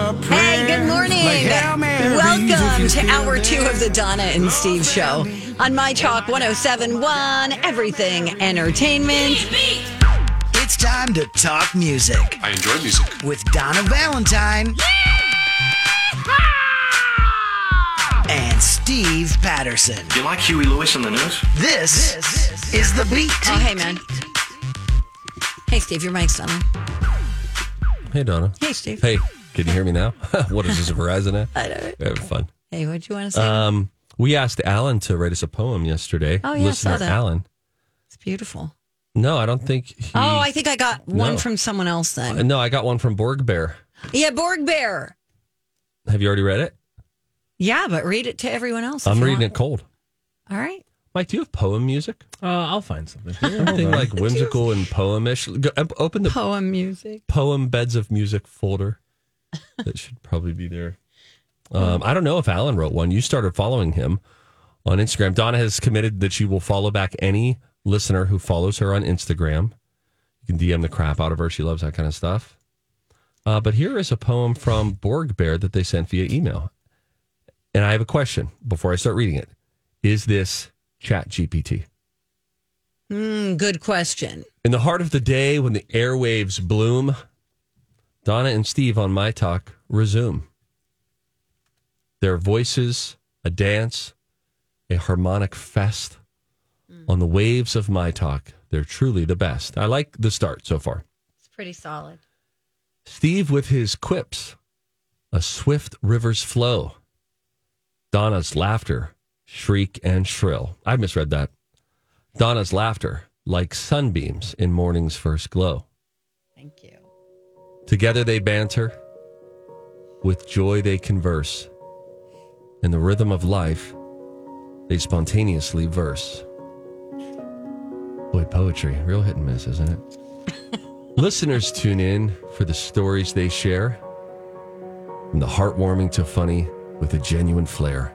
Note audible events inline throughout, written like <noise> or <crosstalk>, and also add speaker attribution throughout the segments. Speaker 1: Hey, good morning. Welcome to hour two of the Donna and Steve show on My Talk 1071, Everything Entertainment.
Speaker 2: It's time to talk music
Speaker 3: I enjoy music.
Speaker 2: with Donna Valentine and Steve Patterson.
Speaker 4: You like Huey Lewis on the news?
Speaker 2: This is the beat.
Speaker 1: Oh, hey, man. Hey, Steve, your mic's on.
Speaker 5: Hey, Donna.
Speaker 1: Hey, Steve.
Speaker 5: Hey, can you hear me now? <laughs> what is this, Verizon app? I
Speaker 1: don't-
Speaker 5: Having fun.
Speaker 1: Hey, what'd you want to say?
Speaker 5: Um, we asked Alan to write us a poem yesterday.
Speaker 1: Oh, yeah, I
Speaker 5: Listener
Speaker 1: saw that.
Speaker 5: Alan.
Speaker 1: it's beautiful.
Speaker 5: No, I don't think he.
Speaker 1: Oh, I think I got one
Speaker 5: No. Uh,
Speaker 1: from someone else then.
Speaker 5: No, I got one from Borg Bear.
Speaker 1: Yeah, Borg Bear.
Speaker 5: Have you already read it?
Speaker 1: Yeah, but read it to everyone else. if
Speaker 5: I'm
Speaker 1: you
Speaker 5: reading
Speaker 1: want.
Speaker 5: it cold.
Speaker 1: All right.
Speaker 5: Mike, do you have poem music?
Speaker 6: Uh, I'll find something.
Speaker 5: <laughs> Something like whimsical and poemish. Go, op- open the
Speaker 1: Poem music.
Speaker 5: poem beds of music folder. That should probably be there. Um, I don't know if Alan wrote one. You started following him on Instagram. Donna has committed that she will follow back any listener who follows her on Instagram. You can DM the crap out of her. She loves that kind of stuff. Uh, but here is a poem from Borg Bear that they sent via email. And I have a question before I start reading it. Is this Chat GPT?
Speaker 1: Mm, good question.
Speaker 5: In the heart of the day when the airwaves bloom, Donna and Steve on My Talk resume. Their voices, a dance, a harmonic fest on the waves of My Talk. They're truly the best. I like the start so far.
Speaker 1: It's pretty solid.
Speaker 5: Steve with his quips, a swift river's flow. Donna's laughter, shriek and shrill. I misread that. Donna's laughter, like sunbeams in morning's first glow.
Speaker 1: Thank you.
Speaker 5: Together they banter, with joy they converse. In the rhythm of life, they spontaneously verse. Boy, poetry, real hit and miss, isn't it? Listeners tune in for the stories they share, from the heartwarming to funny, with a genuine flair.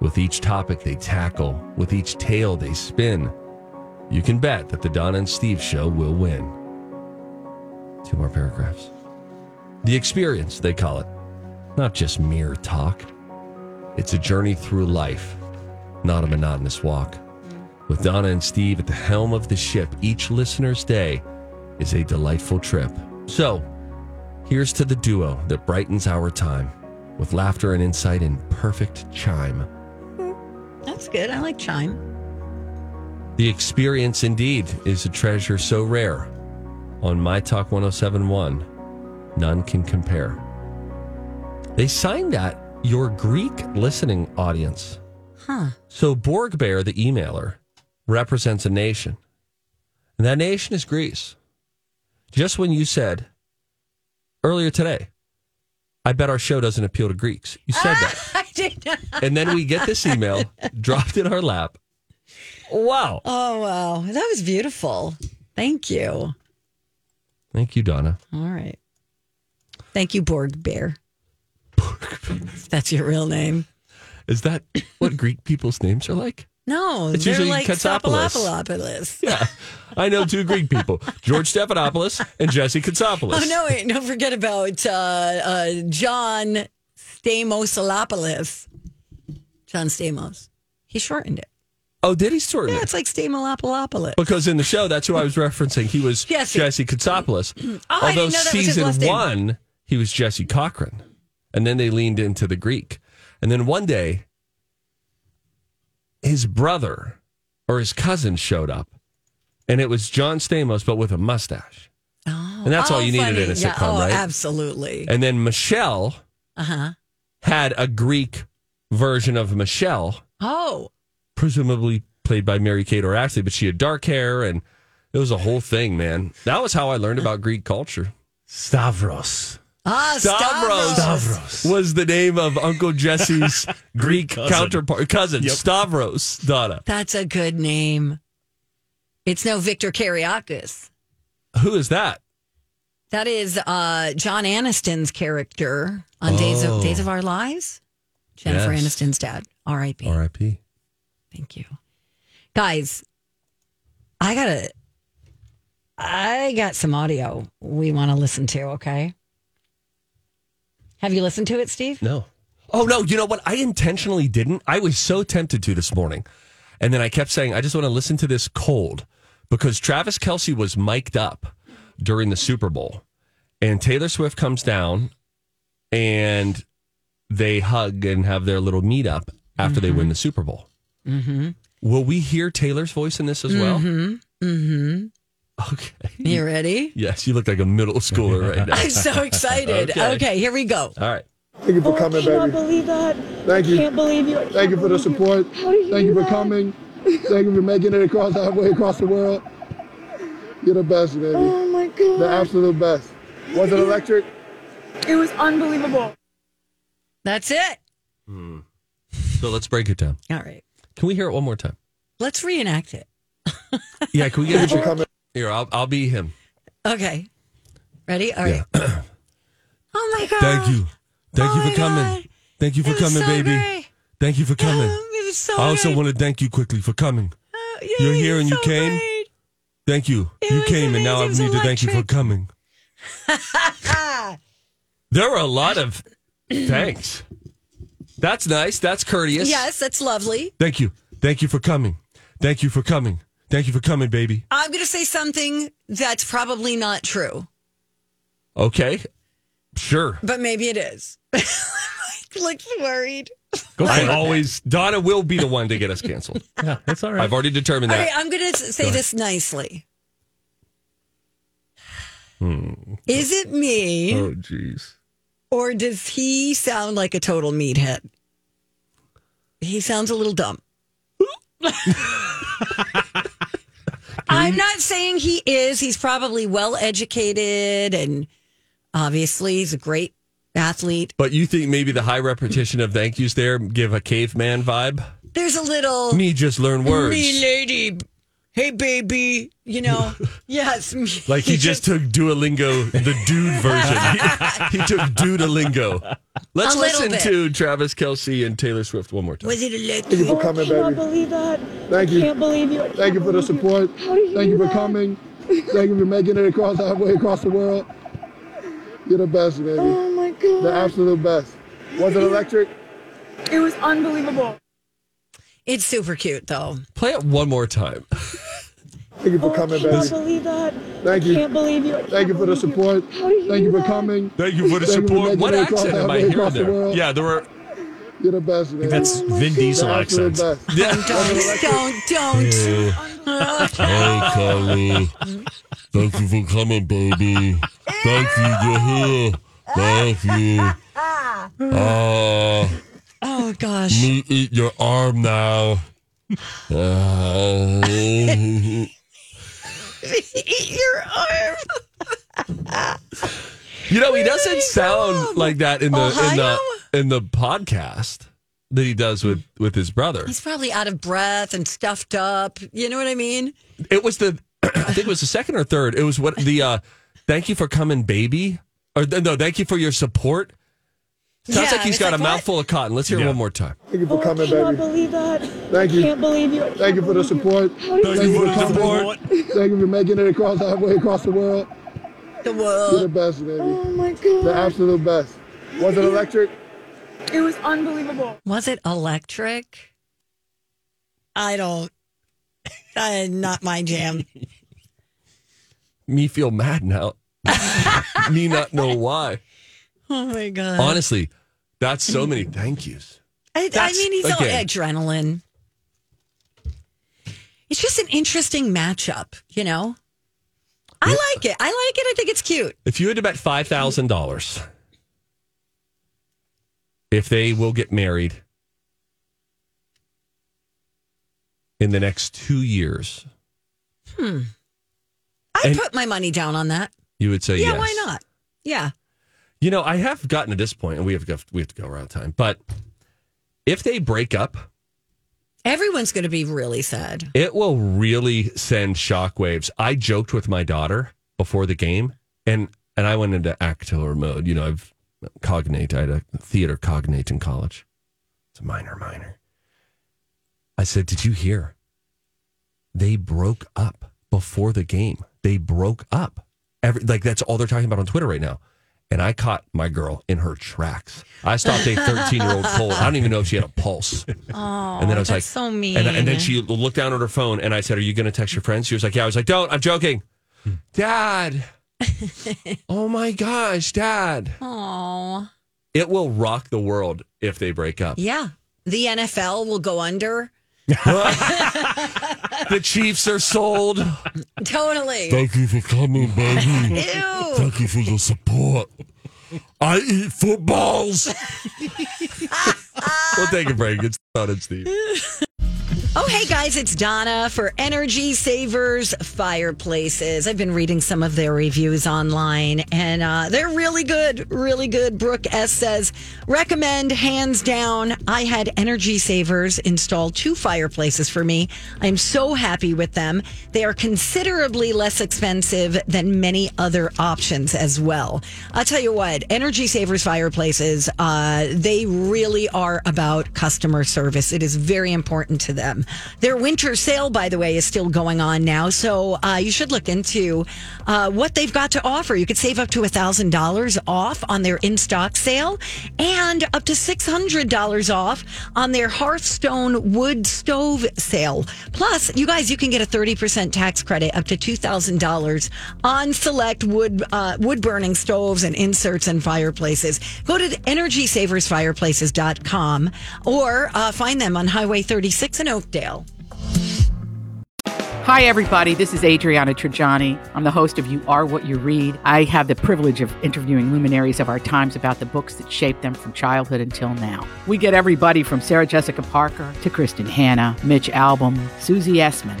Speaker 5: With each topic they tackle, with each tale they spin, you can bet that the Don and Steve show will win. Two more paragraphs. The experience, they call it. Not just mere talk. It's a journey through life, not a monotonous walk. With Donna and Steve at the helm of the ship, each listener's day is a delightful trip. So, here's to the duo that brightens our time with laughter and insight in perfect chime.
Speaker 1: That's good. I like chime. <laughs>
Speaker 5: The experience indeed is a treasure so rare. On My Talk 1071, none can compare. They signed that your Greek listening audience.
Speaker 1: Huh.
Speaker 5: So Borg Bear, the emailer, represents a nation. And that nation is Greece. Just when you said earlier today, I bet our show doesn't appeal to Greeks. You said
Speaker 1: <laughs>
Speaker 5: that.
Speaker 1: I did not.
Speaker 5: And then we get this email dropped in our lap. Wow.
Speaker 1: Oh, wow. That was beautiful. Thank you.
Speaker 5: Thank you, Donna.
Speaker 1: All right. Thank you, Borg Bear. If That's your real name.
Speaker 5: Is that <coughs> what Greek people's names are like?
Speaker 1: No,
Speaker 5: It's
Speaker 1: they're
Speaker 5: usually
Speaker 1: like
Speaker 5: Katsopoulos.
Speaker 1: Stapylopoulos.
Speaker 5: Yeah. I know two Greek
Speaker 1: <laughs>
Speaker 5: people, George Stephanopoulos and Jesse Katsopoulos.
Speaker 1: Oh, no, wait. Don't forget about uh, uh, John Stamosolopoulos. John Stamos. He shortened it.
Speaker 5: Oh, did he shorten
Speaker 1: Yeah,
Speaker 5: it?
Speaker 1: it's like Stamolopoulos.
Speaker 5: Because in the show, that's who I was referencing. He was
Speaker 1: Jesse. Oh, <clears throat>
Speaker 5: Jesse, Katsopoulos.
Speaker 1: I didn't
Speaker 5: Although
Speaker 1: know that was his
Speaker 5: season
Speaker 1: last name.
Speaker 5: one, he was Jesse Cochran. And then they leaned into the Greek. And then one day, his brother or his cousin showed up. And it was John Stamos, but with a mustache.
Speaker 1: Oh,
Speaker 5: And that's all
Speaker 1: oh,
Speaker 5: you needed
Speaker 1: funny.
Speaker 5: in a
Speaker 1: Yeah,
Speaker 5: sitcom,
Speaker 1: oh,
Speaker 5: right?
Speaker 1: Absolutely.
Speaker 5: And then Michelle
Speaker 1: Uh huh.
Speaker 5: had a Greek version of Michelle,
Speaker 1: Oh,
Speaker 5: presumably played by Mary Kate or Ashley, but she had dark hair and it was a whole thing, man. That was how I learned about Greek culture.
Speaker 6: Stavros.
Speaker 1: ah, Stavros.
Speaker 6: Stavros.
Speaker 5: Was the name of Uncle Jesse's Greek
Speaker 6: cousin.
Speaker 5: counterpart cousin
Speaker 6: Yep.
Speaker 5: Stavros Donna.
Speaker 1: That's a good name. It's no Victor Kariakis.
Speaker 5: Who is that?
Speaker 1: That is uh, John Aniston's character on Days of
Speaker 5: Oh.
Speaker 1: Days of Our Lives. Jennifer
Speaker 5: Yes.
Speaker 1: Aniston's dad. R.I.P.
Speaker 5: R.I.P.
Speaker 1: Thank you, guys. I gotta. I got some audio we want to listen to. Okay. Have you listened to it, Steve?
Speaker 5: No. Oh no, you know what? I intentionally didn't. I was so tempted to this morning. And then I kept saying, I just want to listen to this cold because Travis Kelsey was mic'd up during the Super Bowl. And Taylor Swift comes down and they hug and have their little meetup after they win the Super Bowl. Mm-hmm. Will we hear Taylor's voice in this as well? Mm-hmm. Mm-hmm. Okay.
Speaker 1: You
Speaker 5: <laughs>
Speaker 1: ready?
Speaker 5: Yes, you look like a middle <laughs> schooler right now.
Speaker 1: I'm so excited.
Speaker 5: Okay.
Speaker 1: okay. here we go.
Speaker 5: All right.
Speaker 3: Thank you for coming,
Speaker 4: Oh, I cannot
Speaker 3: baby.
Speaker 4: believe that.
Speaker 3: Thank you.
Speaker 4: I can't believe you. I
Speaker 3: Thank you for the
Speaker 4: can't believe
Speaker 3: support.
Speaker 4: How did you
Speaker 3: Thank you
Speaker 4: do
Speaker 3: for
Speaker 4: that?
Speaker 3: coming. Thank you for making it across halfway across the world. You're the best, baby.
Speaker 4: Oh my god.
Speaker 3: The absolute best. Was it
Speaker 4: <laughs>
Speaker 3: electric?
Speaker 4: it was unbelievable. Oh,
Speaker 1: That's it.
Speaker 5: So let's break it down.
Speaker 1: All right.
Speaker 5: Can we hear it one more time?
Speaker 1: Let's reenact it.
Speaker 5: Yeah, can we <laughs> get
Speaker 3: For coming.
Speaker 5: Here, I'll, I'll be him.
Speaker 1: Okay. Ready? All right. <coughs> oh my god.
Speaker 5: Thank you. Thank
Speaker 1: Oh
Speaker 5: you
Speaker 1: my
Speaker 5: for coming.
Speaker 1: God.
Speaker 5: Thank you for
Speaker 1: It was
Speaker 5: coming,
Speaker 1: so
Speaker 5: baby.
Speaker 1: great.
Speaker 5: Thank you for coming.
Speaker 1: Um, it was so
Speaker 5: I also
Speaker 1: great.
Speaker 5: want to thank you quickly for coming.
Speaker 1: Oh, yeah,
Speaker 5: you're
Speaker 1: it
Speaker 5: here
Speaker 1: was
Speaker 5: and you
Speaker 1: so
Speaker 5: came.
Speaker 1: great.
Speaker 5: Thank you. you
Speaker 1: was
Speaker 5: came, and now I need
Speaker 1: amazing. It was
Speaker 5: to thank you for
Speaker 1: electric.
Speaker 5: coming.
Speaker 1: <laughs>
Speaker 5: there are a lot of thanks. That's nice. That's courteous.
Speaker 1: Yes, that's lovely.
Speaker 5: Thank you. Thank you for coming. Thank you for coming. Thank you for coming, baby.
Speaker 1: I'm going to say something that's probably not true,
Speaker 5: Okay. Sure.
Speaker 1: but maybe it is. <laughs> Looks worried.
Speaker 5: Go I always Donna will be the one to get us canceled.
Speaker 6: <laughs> Yeah, that's all right.
Speaker 5: I've already determined
Speaker 1: All
Speaker 5: that.
Speaker 1: right, I'm going to say this nicely.
Speaker 5: Hmm.
Speaker 1: Is it me
Speaker 5: oh jeez.
Speaker 1: or does he sound like a total meathead? He sounds a little dumb. I'm not saying he is. He's probably well educated and obviously he's a great athlete.
Speaker 5: But you think maybe the high repetition of thank yous there give a caveman vibe?
Speaker 1: There's a little
Speaker 5: Me just learn words.
Speaker 1: Me lady. Hey baby. You
Speaker 5: <laughs>
Speaker 1: know. yes. me- <laughs>
Speaker 5: Like he just took Duolingo, the dude version. he took Duolingo. Let's
Speaker 1: A little
Speaker 5: listen
Speaker 1: bit.
Speaker 5: to Travis Kelsey and Taylor Swift one more time.
Speaker 1: was it
Speaker 3: Thank you
Speaker 1: electric?
Speaker 3: for
Speaker 4: I
Speaker 3: coming,
Speaker 4: cannot
Speaker 3: baby.
Speaker 4: believe that.
Speaker 3: Thank
Speaker 4: I can't
Speaker 3: you.
Speaker 4: believe you. I
Speaker 3: Thank you
Speaker 4: can't
Speaker 3: for the
Speaker 4: believe
Speaker 3: support.
Speaker 4: How did you
Speaker 3: Thank
Speaker 4: do
Speaker 3: you for
Speaker 4: that?
Speaker 3: coming. Thank you for making it across halfway across the world. You're the best, baby.
Speaker 4: Oh my god.
Speaker 3: The absolute best. Was it electric?
Speaker 4: it was unbelievable.
Speaker 1: It's super cute though.
Speaker 5: Play it one more time.
Speaker 3: Thank you for coming,
Speaker 4: I cannot
Speaker 3: baby.
Speaker 4: Oh, believe that.
Speaker 3: Thank
Speaker 4: I
Speaker 3: you.
Speaker 4: can't believe you. I
Speaker 3: Thank you
Speaker 4: can't
Speaker 3: for the
Speaker 4: believe
Speaker 3: support.
Speaker 4: How did you
Speaker 3: Thank you
Speaker 4: do
Speaker 3: for
Speaker 4: that?
Speaker 3: coming.
Speaker 5: Thank you for the
Speaker 3: Thank you for
Speaker 5: support.
Speaker 3: making
Speaker 5: What
Speaker 3: it across
Speaker 5: accent am I
Speaker 3: halfway
Speaker 5: hearing
Speaker 3: across the
Speaker 5: there?
Speaker 3: world.
Speaker 5: Yeah, there were.
Speaker 3: You're the best, baby.
Speaker 6: That's Vin Diesel
Speaker 3: the absolute
Speaker 6: accent.
Speaker 3: best.
Speaker 1: Don't, don't, don't.
Speaker 7: Hey, Carly. Thank you for coming, baby. Thank you. You're here. Thank
Speaker 1: <laughs>
Speaker 7: you. Uh,
Speaker 1: Oh gosh.
Speaker 7: me eat your arm
Speaker 5: <laughs>
Speaker 7: now. Uh,
Speaker 1: Eat your arm.
Speaker 5: You know, he doesn't sound like that in the
Speaker 1: Um, Ohio?
Speaker 5: in the in the podcast that he does with with his brother.
Speaker 1: He's probably out of breath and stuffed up. You know what I mean?
Speaker 5: It was the <clears throat> I think it was the second or third. It was what the uh thank you for coming, baby. Or th- no, thank you for your support.
Speaker 1: Yeah,
Speaker 5: Sounds like he's
Speaker 1: it's
Speaker 5: got
Speaker 1: like,
Speaker 5: a
Speaker 1: what?
Speaker 5: mouthful of cotton. Let's hear it
Speaker 6: Yeah.
Speaker 5: one more time.
Speaker 3: Thank you for
Speaker 4: Oh, I
Speaker 3: coming,
Speaker 4: cannot
Speaker 3: baby.
Speaker 4: believe that.
Speaker 3: Thank
Speaker 4: I
Speaker 3: you.
Speaker 4: can't believe you. I
Speaker 3: Thank you for the support.
Speaker 4: How did
Speaker 3: Thank you for coming. Thank you for making it across halfway across the world.
Speaker 1: The
Speaker 3: You're
Speaker 1: world.
Speaker 3: the best, baby.
Speaker 4: Oh my
Speaker 3: The
Speaker 4: god.
Speaker 3: absolute best. Was it electric?
Speaker 4: It was unbelievable.
Speaker 1: Was it electric? I don't. I, not my jam.
Speaker 5: Me feel mad now. <laughs> Me not know why.
Speaker 1: <laughs> Oh my god.
Speaker 5: Honestly, that's so many thank yous.
Speaker 1: I, I
Speaker 5: That's-
Speaker 1: mean, he's all
Speaker 5: again.
Speaker 1: adrenaline. It's just an interesting matchup, you know? I like it. I like it. I think it's cute.
Speaker 5: If you had to bet five thousand dollars, if they will get married in the next two years,
Speaker 1: I'd
Speaker 5: And-
Speaker 1: put my money down on that.
Speaker 5: you would say
Speaker 1: Yeah,
Speaker 5: yes.
Speaker 1: why not? Yeah.
Speaker 5: You know, I have gotten to this point, and we have to, we have to go around time. But if they break up,
Speaker 1: Everyone's going to be really sad.
Speaker 5: it will really send shockwaves. I joked with my daughter before the game, and and I went into actor mode. You know, I've cognate. I had a theater cognate in college. It's a minor, minor. I said, "Did you hear? They broke up before the game. They broke up. Every like that's all they're talking about on Twitter right now." and I caught my girl in her tracks. I
Speaker 1: <laughs>
Speaker 5: stopped a 13 year old cold. I don't even know if she had a pulse. Oh, and then I was
Speaker 1: that's
Speaker 5: like,
Speaker 1: so
Speaker 5: and-
Speaker 1: mean.
Speaker 5: And, then she looked down at her phone, and I said, "Are you going to text your friends?" She was like, "Yeah." I was like, "Don't." I'm joking,
Speaker 1: <laughs>
Speaker 5: Dad. oh my gosh, Dad!
Speaker 1: Aw.
Speaker 5: It will rock the world if they break up.
Speaker 1: Yeah. The NFL will go under.
Speaker 5: The Chiefs
Speaker 1: <laughs>
Speaker 5: are sold.
Speaker 1: Totally.
Speaker 7: Thank you for coming, baby.
Speaker 1: Ew.
Speaker 7: Thank you for your support. I eat
Speaker 1: <laughs>
Speaker 7: footballs.
Speaker 5: We'll take a break. It's Don and Steve.
Speaker 1: Oh, hey guys, it's Donna for Energy Savers Fireplaces. I've been reading some of their reviews online and uh, they're really good, really good. Brooke S says, recommend hands down. I had Energy Savers install two fireplaces for me. I'm so happy with them. They are considerably less expensive than many other options as well. I'll tell you what, Energy Savers Fireplaces, uh, they really are about customer service. It is very important to them. Their winter sale, by the way, is still going on now. So uh, you should look into uh, what they've got to offer. You could save up to $1,000 off on their in stock sale and up to $600 off on their Hearthstone wood stove sale. Plus, you guys, you can get a 30% tax credit up to $2,000 on select wood, uh, wood burning stoves and inserts and fireplaces. Go to energysaversfireplaces.com or uh, find them on Highway 36 in Oakdale.
Speaker 8: Hi, everybody. This is Adriana Trajani. I'm the host of You Are What You Read. I have the privilege of interviewing luminaries of our times about the books that shaped them from childhood until now. We get everybody from Sarah Jessica Parker to Kristen Hanna, Mitch Albom, Susie Essman,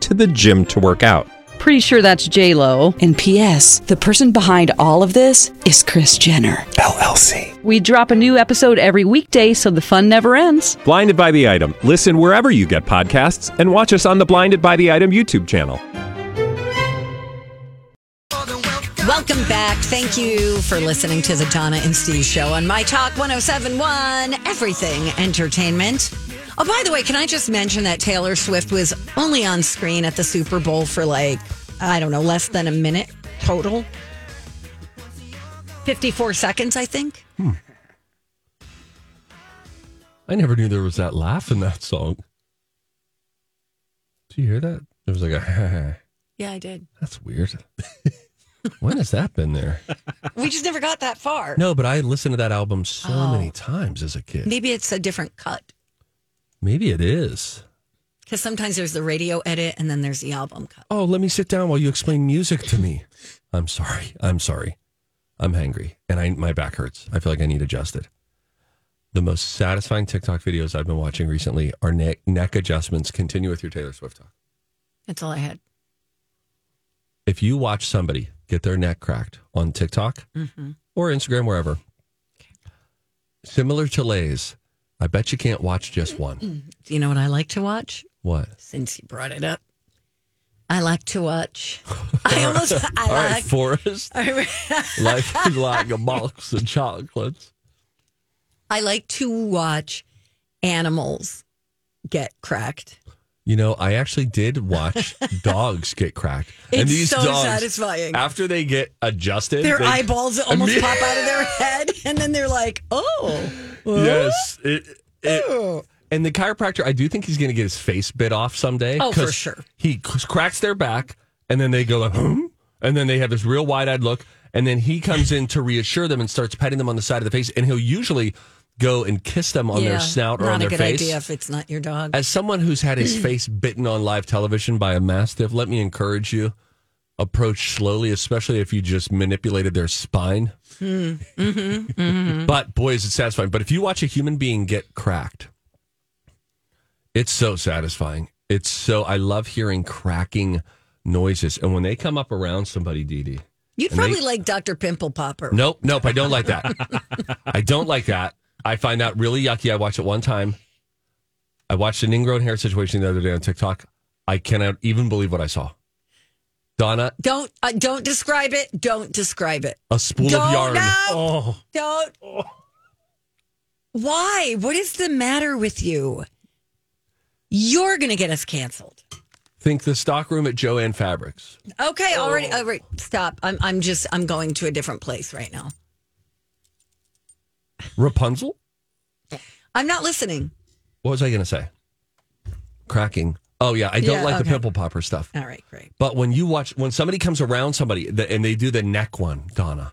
Speaker 9: to the gym to work out.
Speaker 10: Pretty sure that's J Lo. And P.S. The person behind all of this is Chris Jenner.
Speaker 9: LLC.
Speaker 10: We drop a new episode every weekday, so the fun never ends.
Speaker 9: Blinded by the item. Listen wherever you get podcasts, and watch us on the Blinded by the Item YouTube channel.
Speaker 1: Welcome back. Thank you for listening to the Donna and Steve show on My Talk 1071, Everything Entertainment. Oh, by the way, can I just mention that Taylor Swift was only on screen at the Super Bowl for like, I don't know, less than a minute total? 54 seconds, I think.
Speaker 5: I never knew there was that laugh in that song. Do you hear that? There was like a. <laughs>
Speaker 1: Yeah, I did.
Speaker 5: That's weird. <laughs> when has that been there?
Speaker 1: We just never got that far.
Speaker 5: No, but I listened to that album so many times as a kid.
Speaker 1: Maybe it's a different cut
Speaker 5: Maybe it is.
Speaker 1: because sometimes there's the radio edit and then there's the album cut.
Speaker 5: Oh, let me sit down while you explain music to me. I'm sorry. I'm sorry. I'm hangry and I my back hurts. I feel like I need adjusted. The most satisfying TikTok videos I've been watching recently are neck neck adjustments. Continue with your Taylor Swift talk.
Speaker 1: That's all I had.
Speaker 5: If you watch somebody get their neck cracked on TikTok or Instagram, wherever, similar to Lay's, I bet you can't watch just one.
Speaker 1: Do you know what I like to watch?
Speaker 5: What?
Speaker 1: Since you brought it up, I like to watch.
Speaker 5: <laughs>
Speaker 1: I almost. I
Speaker 5: All right,
Speaker 1: like. <laughs>
Speaker 5: Forrest. <laughs> Life is like a box of chocolates.
Speaker 1: I like to watch animals get cracked.
Speaker 5: You know, I actually did
Speaker 1: <laughs>
Speaker 5: watch dogs get cracked.
Speaker 1: It's so satisfying.
Speaker 5: After they get adjusted,
Speaker 1: Their
Speaker 5: they-
Speaker 1: eyeballs almost
Speaker 5: Imme-
Speaker 1: pop out of their head, and then they're like, "Oh,
Speaker 5: Yes. It, it, and the chiropractor, I do think he's going to get his face bit off someday.
Speaker 1: Oh, for
Speaker 5: 'cause
Speaker 1: sure.
Speaker 5: He c- cracks their back, and then they go like, hmm? and then they have this real wide-eyed look, and then he comes in to reassure them and starts petting them on the side of the face, and he'll usually go and kiss them on
Speaker 1: Yeah,
Speaker 5: their snout or
Speaker 1: not
Speaker 5: on their
Speaker 1: a good
Speaker 5: face.
Speaker 1: idea if it's not your dog."
Speaker 5: As someone who's had his face bitten on live television by a mastiff, let me encourage you approach slowly, especially if you just manipulated their spine. but boy, is it satisfying. But if you watch a human being get cracked, it's so satisfying. It's so, I love hearing cracking noises. And when they come up around somebody, Dee Dee,
Speaker 1: You'd
Speaker 5: And they-
Speaker 1: probably like Dr. Pimple Popper.
Speaker 5: Nope, nope. I don't like that. I don't like that. I find that really yucky. I watched it one time. I watched an ingrown hair situation the other day on TikTok. I cannot even believe what I saw. Donna,
Speaker 1: Don't uh, don't describe it. Don't describe it.
Speaker 5: a spool
Speaker 1: Don't
Speaker 5: of yarn.
Speaker 1: know.
Speaker 5: Oh,
Speaker 1: Don't. Why? What is the matter with you? You're going to get us canceled.
Speaker 5: think the stockroom at Joanne Fabrics.
Speaker 1: Okay, already. All right, stop. I'm I'm just I'm going to a different place right now.
Speaker 5: Rapunzel.
Speaker 1: I'm not listening.
Speaker 5: What was I going to say? Cracking. Oh yeah, I don't
Speaker 1: Yeah,
Speaker 5: like the
Speaker 1: okay.
Speaker 5: pimple popper stuff.
Speaker 1: All right, great.
Speaker 5: But when you watch, when somebody comes around somebody th- and they do the neck one, Donna,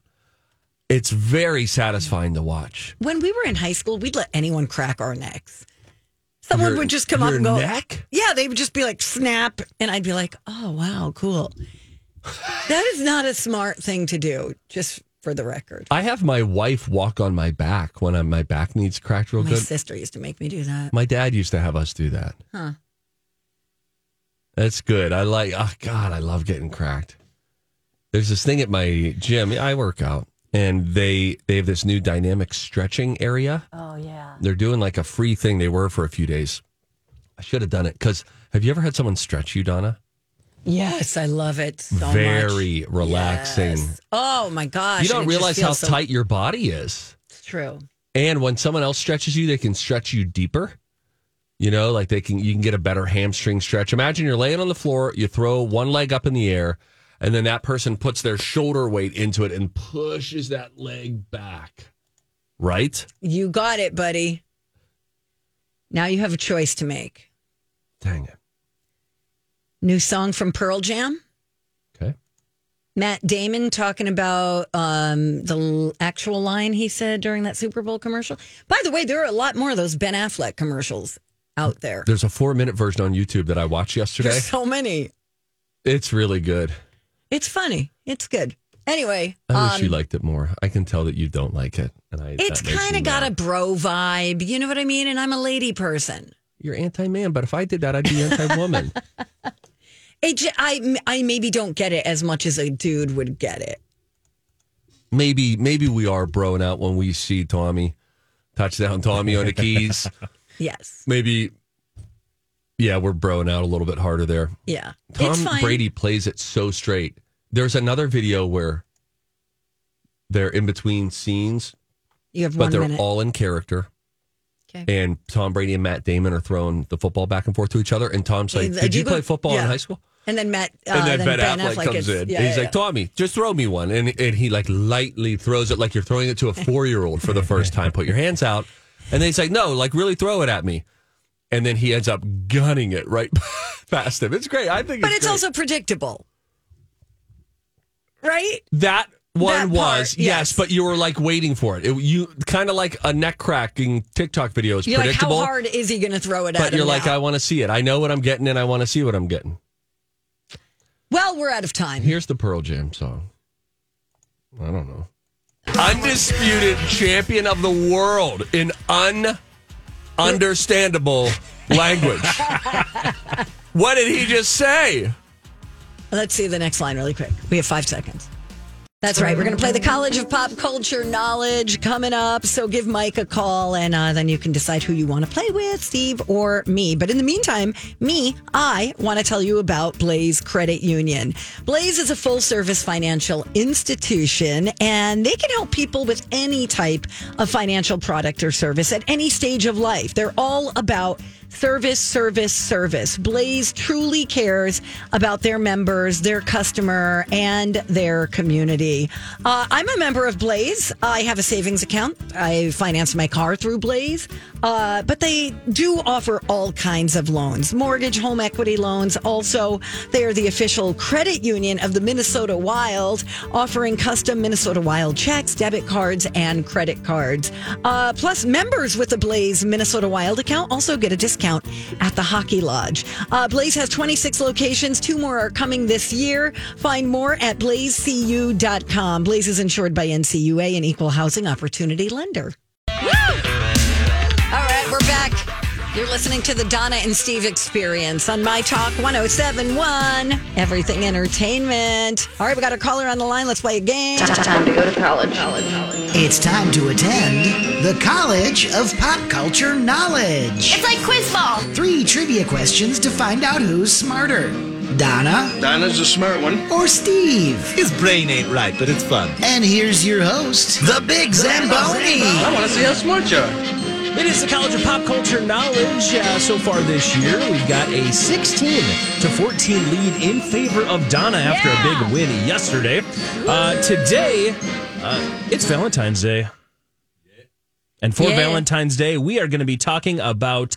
Speaker 5: it's very satisfying to watch.
Speaker 1: When we were in high school, we'd let anyone crack our necks. Someone
Speaker 5: Your-
Speaker 1: would just come up
Speaker 5: your
Speaker 1: and go,
Speaker 5: neck?
Speaker 1: Yeah, they would just be like, snap. And I'd be like, oh, wow, cool. that is not a smart thing to do, just for the record.
Speaker 5: I have my wife walk on my back when i my back needs cracked real
Speaker 1: My
Speaker 5: good.
Speaker 1: sister used to make me do that.
Speaker 5: my dad used to have us do that.
Speaker 1: Huh.
Speaker 5: That's good. I like. Oh God, I love getting cracked. There's this thing at my gym. I work out, and they they have this new dynamic stretching area.
Speaker 1: Oh, yeah.
Speaker 5: They're doing like a free thing. They were for a few days. I should have done it because have you ever had someone stretch you, Donna?
Speaker 1: Yes, I love it so much.
Speaker 5: Very relaxing.
Speaker 1: Yes. Oh, my gosh.
Speaker 5: You
Speaker 1: and
Speaker 5: don't
Speaker 1: it just
Speaker 5: realize how
Speaker 1: feels so-
Speaker 5: tight your body is.
Speaker 1: It's True.
Speaker 5: And when someone else stretches you, they can stretch you deeper. You know, like they can you can get a better hamstring stretch. Imagine you're laying on the floor, you throw one leg up in the air, and then that person puts their shoulder weight into it and pushes that leg back. Right?
Speaker 1: You got it, buddy. Now you have a choice to make.
Speaker 5: Dang it.
Speaker 1: New song from Pearl Jam.
Speaker 5: Okay.
Speaker 1: Matt Damon talking about um, the l- actual line he said during that Super Bowl commercial. By the way, there are a lot more of those Ben Affleck commercials out there.
Speaker 5: There's a four minute version on YouTube that I watched yesterday.
Speaker 1: There's so many.
Speaker 5: It's really good.
Speaker 1: It's funny. It's good. Anyway,
Speaker 5: I
Speaker 1: um,
Speaker 5: wish you liked it more. I can tell that you don't like it. And I
Speaker 1: it's kind of got a bro vibe. You know what I mean? And I'm a lady person.
Speaker 5: you're anti man, but if I did that, I'd be
Speaker 1: <laughs>
Speaker 5: anti woman.
Speaker 1: It, j- I, I maybe don't get it as much as a dude would get it.
Speaker 5: maybe maybe we are broing out when we see Tommy touchdown Tommy on
Speaker 1: <laughs>
Speaker 5: the keys.
Speaker 1: Yes.
Speaker 5: Maybe yeah, we're broing out a little bit harder there.
Speaker 1: Yeah. it's
Speaker 5: Tom
Speaker 1: fine.
Speaker 5: Brady plays it so straight. There's another video where they're in between scenes,
Speaker 1: You have
Speaker 5: but
Speaker 1: one
Speaker 5: they're
Speaker 1: minute.
Speaker 5: all in character.
Speaker 1: Okay.
Speaker 5: And Tom Brady and Matt Damon are throwing the football back and forth to each other. And Tom's like,
Speaker 1: Hey,
Speaker 5: "Did
Speaker 1: do
Speaker 5: you
Speaker 1: you go-
Speaker 5: play football
Speaker 1: yeah.
Speaker 5: in high school?"
Speaker 1: and then Matt. Uh,
Speaker 5: and then, Ben, Affleck,
Speaker 1: Affleck
Speaker 5: comes
Speaker 1: is-
Speaker 5: in.
Speaker 1: yeah,
Speaker 5: He's
Speaker 1: yeah,
Speaker 5: like, Tommy, just throw me one. And, and he like lightly throws it like you're throwing it to a four year old for the first time. Put your hands out. And then he's like, no, like really throw it at me. And then he ends up gunning it right <laughs> past him. It's great. I think
Speaker 1: but
Speaker 5: it's,
Speaker 1: it's
Speaker 5: great.
Speaker 1: also predictable, right?
Speaker 5: that one
Speaker 1: that part,
Speaker 5: was, yes.
Speaker 1: yes.
Speaker 5: but you were like waiting for it. It- you kind of like a neck cracking TikTok video is
Speaker 1: You're like, how
Speaker 5: predictable.
Speaker 1: hard is he going to throw it at?
Speaker 5: but
Speaker 1: him
Speaker 5: you're like,
Speaker 1: now?
Speaker 5: I want to see it. I know what I'm getting and I want to see what I'm getting.
Speaker 1: well, we're out of time.
Speaker 5: Here's the Pearl Jam song. I don't know. Undisputed champion of the world in un understandable
Speaker 11: <laughs>
Speaker 5: language. what did he just say?
Speaker 1: Let's see the next line really quick. We have five seconds. That's right. We're going to play the College of Pop Culture Knowledge coming up. So give Mike a call and uh, then you can decide who you want to play with, Steve or me. But in the meantime, me, I want to tell you about Blaze Credit Union. Blaze is a full service financial institution and they can help people with any type of financial product or service at any stage of life. They're all about Service, service, service. Blaze truly cares about their members, their customer, and their community. Uh, I'm a member of Blaze. I have a savings account. I finance my car through Blaze, uh, but they do offer all kinds of loans mortgage, home equity loans. Also, they are the official credit union of the Minnesota Wild, offering custom Minnesota Wild checks, debit cards, and credit cards. Uh, plus, members with the Blaze Minnesota Wild account also get a discount at the Hockey Lodge. Uh, Blaze has 26 locations. Two more are coming this year. Find more at blazecu.com. Blaze is insured by NCUA and Equal Housing Opportunity Lender. Woo! All right, we're back. You're listening to the Donna and Steve experience on My Talk 1071, Everything Entertainment. All right, we got a caller on the line. Let's play a game.
Speaker 12: Time to go to college.
Speaker 2: It's time to attend the College of Pop Culture Knowledge. It's
Speaker 12: like quiz ball.
Speaker 2: Three trivia questions to find out who's smarter. Donna
Speaker 11: Dinah's a smart one.
Speaker 2: or Steve?
Speaker 11: His brain ain't right, but it's fun.
Speaker 2: And here's your host, the Big Zamboni.
Speaker 11: I want to see how smart you are.
Speaker 6: It is the College of Pop Culture Knowledge. Uh, so far this year, we've got a 16 to 14 lead in favor of Donna after a big win yesterday. Uh, today, uh, it's Valentine's Day. And for
Speaker 1: Yeah.
Speaker 6: Valentine's Day, we are going to be talking about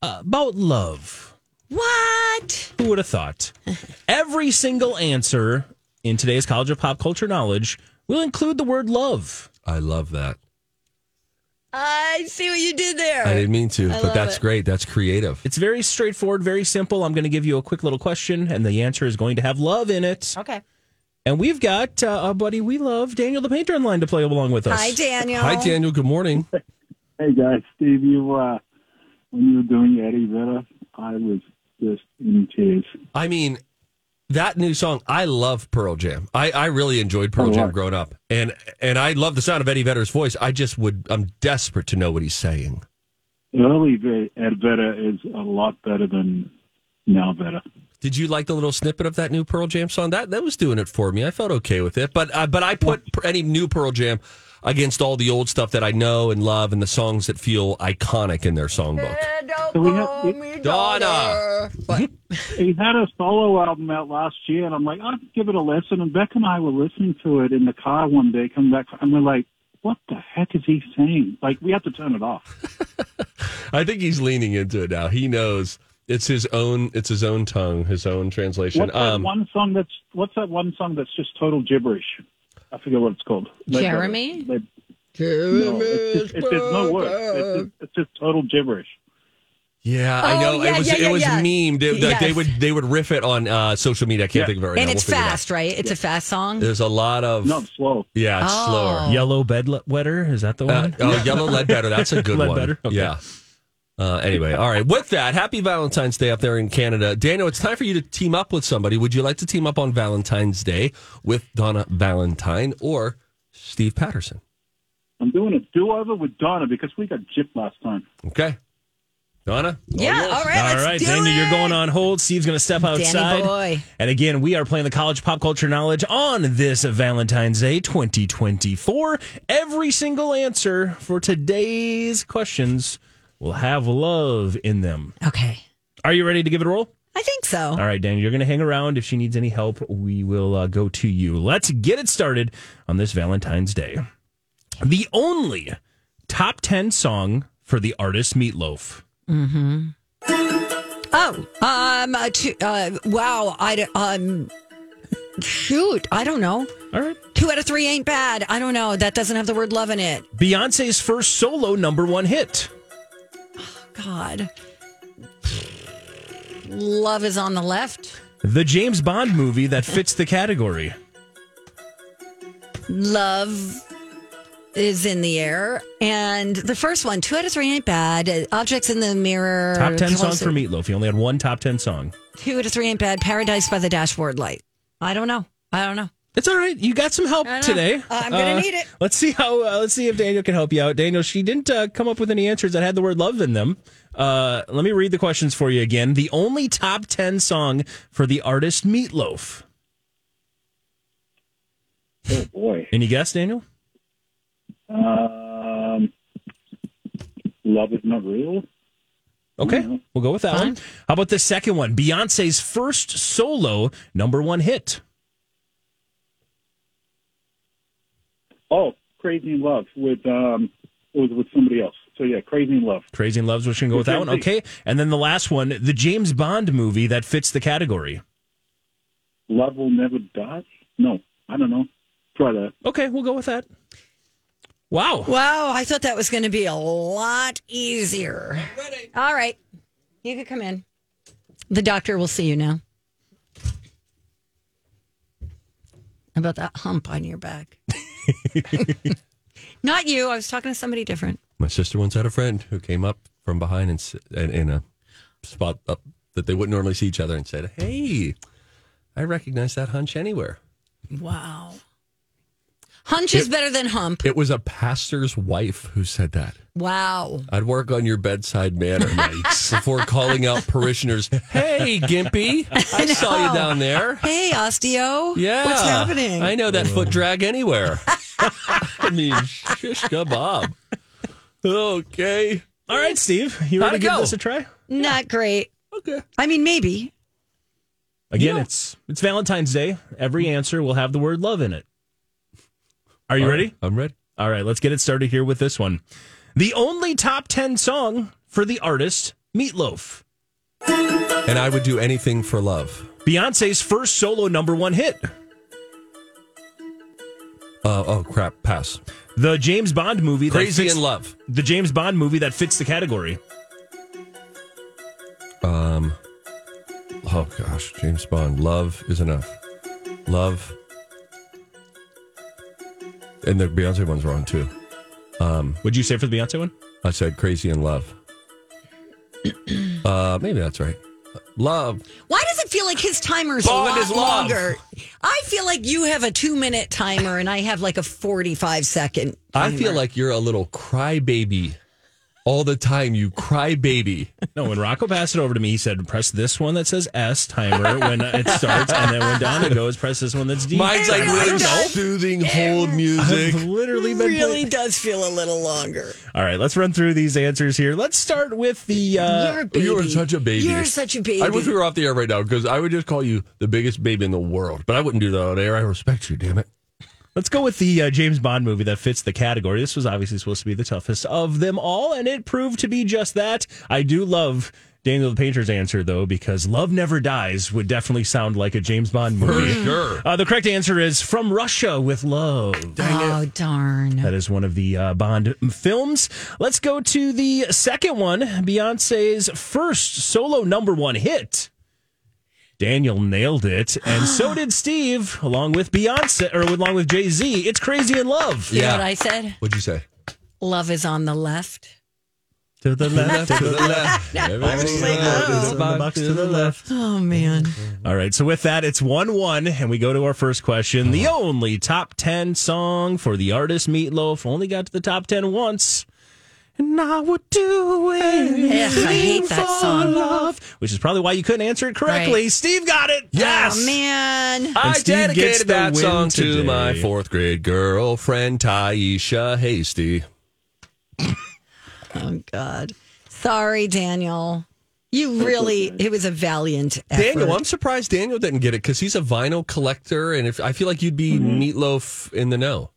Speaker 6: uh, about love.
Speaker 1: What?
Speaker 6: Who would have thought? Every single answer in today's College of Pop Culture Knowledge will include the word love.
Speaker 5: I love that.
Speaker 1: I see what you did there.
Speaker 5: I didn't mean to,
Speaker 1: I
Speaker 5: but
Speaker 1: love
Speaker 5: that's
Speaker 1: it.
Speaker 5: great. That's creative.
Speaker 6: It's very straightforward, very simple. I'm going to give you a quick little question, and the answer is going to have love in it.
Speaker 1: Okay.
Speaker 6: And we've got uh, our buddy we love, Daniel the Painter, in line to play along with us.
Speaker 1: Hi, Daniel.
Speaker 5: Hi, Daniel. Good morning.
Speaker 13: <laughs> Hey guys, Steve, you uh, when you were doing Eddie Vedder, I was just in tears.
Speaker 5: I mean, that new song. I love Pearl Jam. I, I really enjoyed Pearl
Speaker 13: Oh,
Speaker 5: Jam
Speaker 13: wow.
Speaker 5: growing up, and and I love the sound of Eddie Vedder's voice. I just would. I'm desperate to know what he's saying.
Speaker 13: Early Ve- Ed Vedder is a lot better than now Vedder.
Speaker 5: Did you like the little snippet of that new Pearl Jam song? That that was doing it for me. I felt okay with it, but uh, but I put per- any new Pearl Jam against all the old stuff that I know and love, and the songs that feel iconic in their songbook.
Speaker 13: So we have,
Speaker 5: Donna,
Speaker 1: What?
Speaker 13: he had a solo album out last year, and I'm like, I'll give it a listen. And Beck and I were listening to it in the car one day, coming back, and we're like, what the heck is he saying? Like, we have to turn it off.
Speaker 5: I think he's leaning into it now. He knows it's his own. It's his own tongue, his own translation. Um,
Speaker 13: What's that one song that's What's that one song that's just total gibberish? I forget what it's called. They-
Speaker 10: Jeremy?
Speaker 13: they- No, it's, just, it's just no words. It's just, it's just total gibberish.
Speaker 5: Yeah, I
Speaker 1: Oh,
Speaker 5: know
Speaker 1: yeah,
Speaker 5: it was
Speaker 1: yeah, yeah,
Speaker 5: it was
Speaker 1: yeah.
Speaker 5: memed. It- like, They
Speaker 1: Yes.
Speaker 5: would they would riff it on uh, social media. I can't think of it right
Speaker 1: and
Speaker 5: now.
Speaker 1: it's
Speaker 5: We'll figure it out.
Speaker 1: fast, right? It's a fast song.
Speaker 5: There's a lot of
Speaker 13: No, it's slow.
Speaker 5: yeah, it's
Speaker 1: Oh.
Speaker 5: slower.
Speaker 6: Yellow bed le- wetter, is that the
Speaker 5: Uh,
Speaker 6: one?
Speaker 5: oh, yellow lead better. That's a good one.
Speaker 6: Ledbetter, okay.
Speaker 5: Yeah. Uh, anyway, all right. With that, happy Valentine's Day up there in Canada, Daniel. It's time for you to team up with somebody. Would you like to team up on Valentine's Day with Donna Valentine or Steve Patterson?
Speaker 13: I'm doing a do-over with Donna because we got gypped last time.
Speaker 5: Okay, Donna.
Speaker 1: yeah, all right,
Speaker 6: All
Speaker 1: let's
Speaker 6: right,
Speaker 1: do
Speaker 6: Daniel,
Speaker 1: it.
Speaker 6: you're going on hold. Steve's going to step outside.
Speaker 1: boy.
Speaker 6: And again, we are playing the College Pop Culture Knowledge on this Valentine's Day 2024. Every single answer for today's questions will have love in them.
Speaker 1: Okay.
Speaker 6: Are you ready to give it a roll?
Speaker 1: I think so.
Speaker 6: All right, Daniel, you're going to hang around. If she needs any help, we will uh, go to you. Let's get it started on this Valentine's Day. The only top 10 song for the artist Meatloaf.
Speaker 1: Mm-hmm. Oh, um, uh, two, uh, wow. I, d- um, shoot. I don't know.
Speaker 6: All right.
Speaker 1: Two out of three ain't bad. I don't know. That doesn't have the word love in it.
Speaker 6: Beyonce's first solo number one hit.
Speaker 1: God. Love is on the left.
Speaker 6: The James Bond movie that fits the category.
Speaker 1: Love is in the air. And the first one, two out of three ain't bad. Uh, Objects in the mirror.
Speaker 6: Top 10 song
Speaker 1: Closer.
Speaker 6: for Meatloaf. He only had one top 10 song.
Speaker 1: Two out of three ain't bad. Paradise by the dashboard light. I don't know. I don't know.
Speaker 6: It's all right. You got some help
Speaker 1: I know. Uh,
Speaker 6: today. Uh,
Speaker 1: I'm gonna need it.
Speaker 6: Let's see how. Uh, let's see if Daniel can help you out. Daniel, she didn't uh, come up with any answers that had the word love in them. Uh, let me read the questions for you again. The only top ten song for the artist Meatloaf.
Speaker 13: Oh boy.
Speaker 6: Any guess, Daniel?
Speaker 13: Um, love is not real.
Speaker 6: Okay, we'll go with that
Speaker 1: Fine.
Speaker 6: one. How about the second one? Beyonce's first solo number one hit.
Speaker 13: Oh, crazy in love with um, it was with somebody else. So yeah, crazy in love.
Speaker 6: Crazy in Love's. We're just gonna go with that one. Okay, and then the last one, the James Bond movie that fits the category.
Speaker 13: Love will never die. No, I don't know. Try that.
Speaker 6: Okay, we'll go with that. Wow.
Speaker 1: Wow, I thought that was going to be a lot easier. All right, you can come in. The doctor will see you now. About that hump on your
Speaker 6: <laughs>
Speaker 1: back. Not you. I was talking to somebody different.
Speaker 5: My sister once had a friend who came up
Speaker 6: from behind and, s- and in a spot up that they wouldn't normally see each other and said, "Hey, I recognize that hunch anywhere."
Speaker 1: Wow. Hunch is
Speaker 6: It-
Speaker 1: better than hump.
Speaker 6: It was a pastor's wife who said that.
Speaker 1: Wow.
Speaker 6: I'd work on your bedside manner before calling out parishioners. Hey, Gimpy, I, saw you down there.
Speaker 1: Hey, osteo.
Speaker 6: Yeah,
Speaker 1: What's happening?
Speaker 6: I know that foot drag anywhere. <laughs> I mean, shish kebab. Okay.
Speaker 5: All right, Steve, you
Speaker 1: How'd
Speaker 5: ready
Speaker 1: it
Speaker 5: to give
Speaker 1: go?
Speaker 5: this a try?
Speaker 1: Not great. Okay. I mean, maybe.
Speaker 5: Again, it's it's Valentine's Day. Every answer will have the word love in it. Are you
Speaker 6: All right,
Speaker 5: ready?
Speaker 6: I'm ready.
Speaker 5: All right, let's get it started here with this one. The only top 10 song for the artist Meatloaf.
Speaker 6: And I would do anything for love.
Speaker 5: Beyonce's first solo number 1 hit.
Speaker 6: Uh, oh crap! Pass.
Speaker 5: The James Bond movie
Speaker 6: Crazy
Speaker 5: that fits,
Speaker 6: in Love.
Speaker 5: The James Bond movie that fits the category.
Speaker 6: Um. Oh gosh, James Bond. Love is enough. Love. And the Beyonce one's wrong too. Um,
Speaker 5: would you say for the Beyonce one?
Speaker 6: I said crazy in love. <clears throat> uh, maybe that's right. Love.
Speaker 1: Why does it feel like his timer's
Speaker 6: Bond
Speaker 1: a
Speaker 6: is
Speaker 1: lot
Speaker 6: love.
Speaker 1: longer? I feel like you have a two minute timer and I have like a 45 second.
Speaker 6: I feel like you're a little crybaby all the time. You crybaby.
Speaker 5: No, when Rocco passed it over to me, he said, "Press this one that says S timer when it starts, and then when Donna goes, press this one that's D."
Speaker 6: Mine's like
Speaker 5: timer."
Speaker 6: really
Speaker 5: Nope.
Speaker 6: soothing hold music.
Speaker 5: I've literally been
Speaker 1: really does feel a little longer.
Speaker 5: All right, let's run through these answers here. Let's start with the. Uh,
Speaker 1: You're a baby.
Speaker 6: You are such a baby.
Speaker 1: You're such a baby.
Speaker 6: I wish we were off the air right now because I would just call you the biggest baby in the world. But I wouldn't do that on air. I respect you, damn it.
Speaker 5: let's go with the uh, James Bond movie that fits the category. This was obviously supposed to be the toughest of them all, and it proved to be just that. I do love. Daniel the Painter's answer, though, because Love Never Dies would definitely sound like a James Bond movie.
Speaker 6: sure.
Speaker 5: Uh, the correct answer is From Russia with Love.
Speaker 1: oh, darn.
Speaker 5: That is one of the uh, Bond films. Let's go to the second one Beyonce's first solo number one hit. Daniel nailed it, and so <gasps> did Steve, along with Beyonce, or along with Jay Z. It's Crazy in Love.
Speaker 1: You know what I said?
Speaker 6: What'd you say?
Speaker 1: Love is on the left.
Speaker 5: To the left,
Speaker 6: to the
Speaker 5: <laughs>
Speaker 6: left. Everything
Speaker 5: to the box, to the left.
Speaker 1: Oh, man.
Speaker 5: All right, so with that, it's 1 1, and we go to our first question. The
Speaker 6: Uh-huh.
Speaker 5: only top 10 song for the artist Meatloaf only got to the top 10 once. And I would do it.
Speaker 1: Ugh, I hate that song.
Speaker 5: Love, which is probably why you couldn't answer it correctly.
Speaker 1: Right.
Speaker 5: Steve got it. Yes.
Speaker 1: Oh, man.
Speaker 6: I
Speaker 5: And Steve gets the
Speaker 6: dedicated that
Speaker 5: win
Speaker 6: song to
Speaker 5: today.
Speaker 6: my fourth Uh, grade girlfriend, Taisha Hasty.
Speaker 1: Oh, God. Sorry, Daniel. You really, it was a valiant effort.
Speaker 6: Daniel, I'm surprised Daniel didn't get it because he's a vinyl collector, and if I feel like you'd be
Speaker 5: Mm-hmm.
Speaker 6: meatloaf in the know.